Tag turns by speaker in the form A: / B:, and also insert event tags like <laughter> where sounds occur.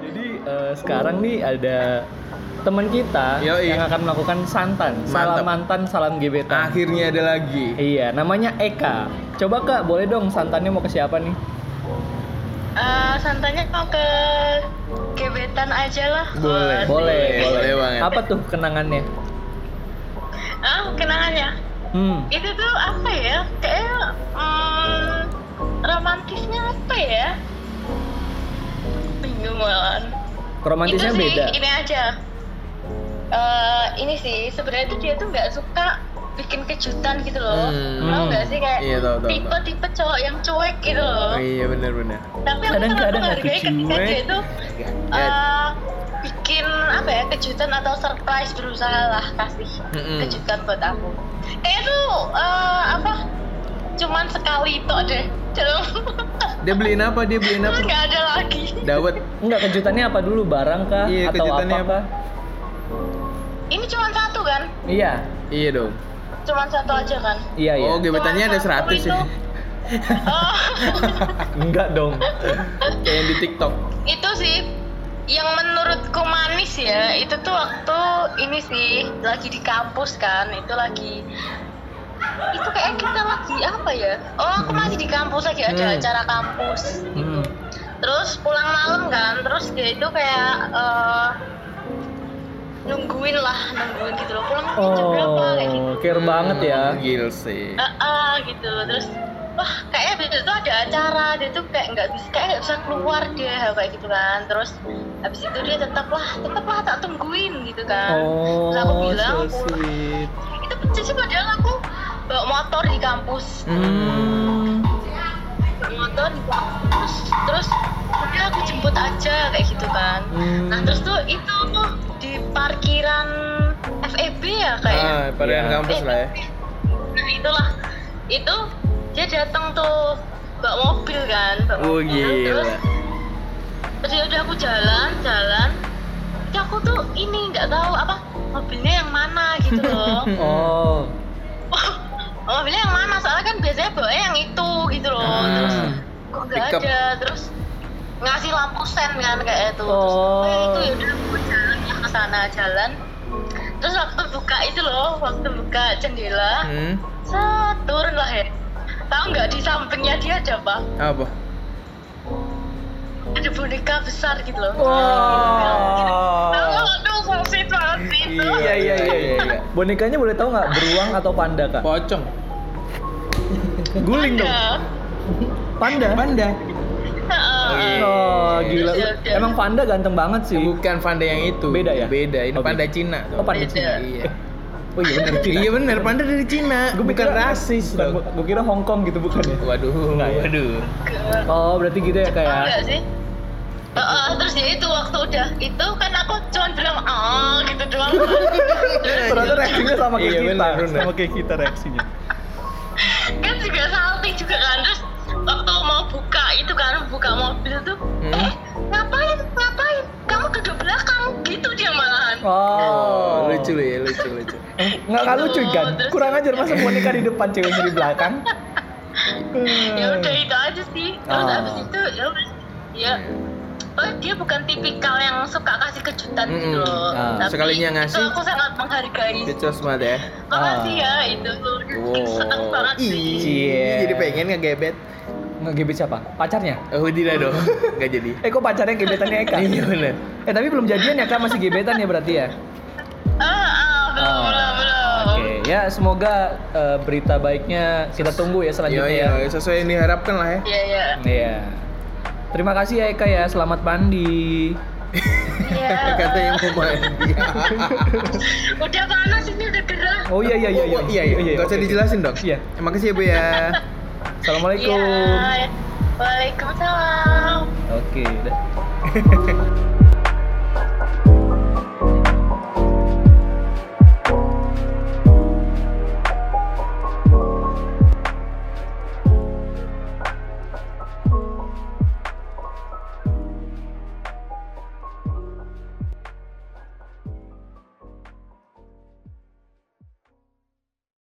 A: Jadi eh, sekarang nih ada teman kita
B: Yoi.
A: yang akan melakukan santan, salam
B: Mantap.
A: mantan, salam gebetan.
B: Nah, Akhirnya ada lagi.
A: Iya, namanya Eka. Coba Kak, boleh dong santannya mau ke siapa nih?
C: Eh, santannya mau ke gebetan aja lah.
B: Boleh.
C: Waduh.
A: Boleh,
B: Boleh, boleh banget.
A: Apa tuh kenangannya?
C: Ah, kenangannya.
A: Hmm.
C: Itu tuh apa ya? Kayaknya hmm, romantisnya apa ya? Bingung malahan.
A: Romantisnya
C: itu sih,
A: beda.
C: Ini aja. Eh, ini sih sebenarnya tuh dia tuh nggak suka bikin kejutan gitu loh.
B: Hmm.
C: Mau nggak sih kayak
B: Iya, tahu, tahu, tahu.
C: tipe-tipe cowok yang cuek gitu loh.
B: Oh iya benar-benar.
C: Tapi aku
A: Kadang-kadang
C: sangat
A: aku
C: menghargai ketika
A: cuek.
C: dia itu
B: Ya.
C: eh, bikin apa ya kejutan atau surprise berusaha lah kasih
B: Mm-mm.
C: kejutan buat aku. Kayak tuh eh, apa? Cuman sekali itu deh. Dalam
B: Dia beliin apa? Dia beliin apa?
C: <laughs> nggak ada lagi.
B: Dawet.
A: Enggak kejutannya apa dulu barang kah atau
B: Iya,
A: apa
B: kejutannya
A: apa?
C: Ini cuman satu kan?
A: Iya,
B: Iya dong.
C: Cuman satu aja kan?
A: iya iya.
B: Oh, gebetannya ada
C: Cuman satu
B: 100 ya.
C: itu. Oh, <laughs>
A: Enggak dong.
B: Kayak yang di TikTok.
C: itu sih yang menurutku manis ya itu tuh waktu ini sih lagi di kampus kan itu lagi itu kayak kita lagi apa ya oh aku masih di kampus lagi ada
B: Hmm.
C: acara kampus
A: Hmm.
C: terus pulang malam kan terus dia itu kayak eh, nungguin lah nungguin gitu loh pulang malam jam berapa kayak gitu
A: Oh, care banget ya.
B: Hmm, Gil sih.
C: Eh, eh, gitu terus wah kayaknya besok itu ada acara dia tuh kayak nggak bisa kayak nggak bisa keluar dia kayak gitu kan terus habis itu dia tetaplah tetaplah tak tungguin gitu kan
A: Oh,
C: terus aku bilang
A: so sweet.
C: itu benci sih padahal aku bawa motor di kampus
A: Hmm.
C: bawa motor di kampus terus udah aku jemput aja kayak gitu kan
A: Hmm.
C: nah terus tuh itu tuh di parkiran FEB ya kayaknya
B: Ah, pada
A: Iya.
B: kampus lah ya.
C: Nah itulah itu dia datang tuh bawa mobil kan, bawa
B: Oh
C: mobil
B: gila.
C: terus terus ya udah aku jalan jalan, tapi aku tuh ini nggak tahu apa mobilnya yang mana gitu
B: <laughs>
C: loh,
A: Oh,
C: mobilnya yang mana soalnya kan biasanya bawa yang itu gitu loh, terus
B: Hmm.
C: kok nggak
B: Pickup.
C: ada terus ngasih lampu sen kan kayak itu terus
A: Oh.
C: kayak itu ya udah aku jalan lah ke sana jalan terus waktu buka itu loh waktu buka jendela
B: Hmm.
C: Set, turun lah ya. Tahu nggak di sampingnya dia ada apa?
B: Apa?
C: Ada boneka besar gitu loh.
A: Wow.
C: Tahu, aduh, songsit banget sih itu.
A: Iya, iya, iya,
B: iya, iya.
A: bonekanya boleh tahu nggak beruang atau panda kak?
B: Pocong.
A: Guling dong.
C: Ada.
A: Panda.
B: Panda.
C: Heeh.
B: Oke.
A: Oh, gila.
C: Iya, iya.
A: Emang panda ganteng banget sih.
B: Bukan panda yang itu.
A: Beda ya?
B: Beda. Ini
A: Oh,
B: panda
A: beda.
B: Cina.
A: Oh, panda
C: Beda.
A: Cina.
B: Iya.
A: Oh iya benar.
B: <laughs> Iya benar, panda dari Cina.
A: Gue
B: bukan rasis dong.
A: Gue kira Hong Kong gitu bukan ya?
B: Waduh,
A: Enggak ya?
B: waduh.
C: Enggak.
A: Oh, berarti gitu ya
C: Tahu
A: kayak.
C: nggak sih? Heeh, terus ya itu waktu udah itu kan aku cuma bilang oh gitu doang.
A: <laughs> Ternyata reaksinya sama kayak
B: Iya,
A: kita.
B: benar, benar.
A: Sama kayak kita reaksinya.
C: kan juga salting juga kan terus waktu mau buka itu kan buka mobil tuh
B: Hmm.
C: eh ngapain ngapain kamu duduk belakang gitu dia malahan
A: Oh,
B: Oh, lucu ya, Oh, lucu lucu.
A: Nggak kan lucu kan?
C: Terus-
A: Kurang ajar masa boneka di depan ceweknya di belakang.
C: ya udah itu aja sih terus
A: Ah.
C: abis itu ya udah
B: Iya.
C: ya oh dia bukan tipikal yang suka kasih kejutan gitu
B: Mm-mm.
C: loh
A: Ah,
C: tapi
B: sekalinya ngasih.
C: itu aku sangat menghargai
B: Kecos banget ya.
C: makasih ya itu seneng banget sih
A: Iya.
B: Jadi pengen ngegebet.
A: Ngegebet siapa? Pacarnya?
B: Oh, tidak
A: <laughs>
B: dong. Enggak jadi.
A: Eh kok pacarnya gebetannya Eka?
B: Iya benar.
A: Eh tapi belum jadian ya Kak, masih gebetan ya berarti ya?
C: ah ah belum
A: Oh,
C: belum belum
A: Oke, ya semoga eh, berita baiknya kita tunggu ya
B: Yo
A: selanjutnya ya.
B: yo, Iya, sesuai yang diharapkan lah ya.
C: iya iya
A: Iya. Terima kasih ya Eka ya, selamat mandi.
C: iya
B: Kata yang mau mandi.
C: udah panas ini udah gerah
A: Oh iya iya iya iya.
B: Oh, iya, iya. Gak usah
A: oke.
B: dijelasin dong.
A: Iya.
B: Emang kasih ya, Bu ya.
A: Assalamualaikum.
C: iya Dạ, waalaikumsalam
A: Oke, udah.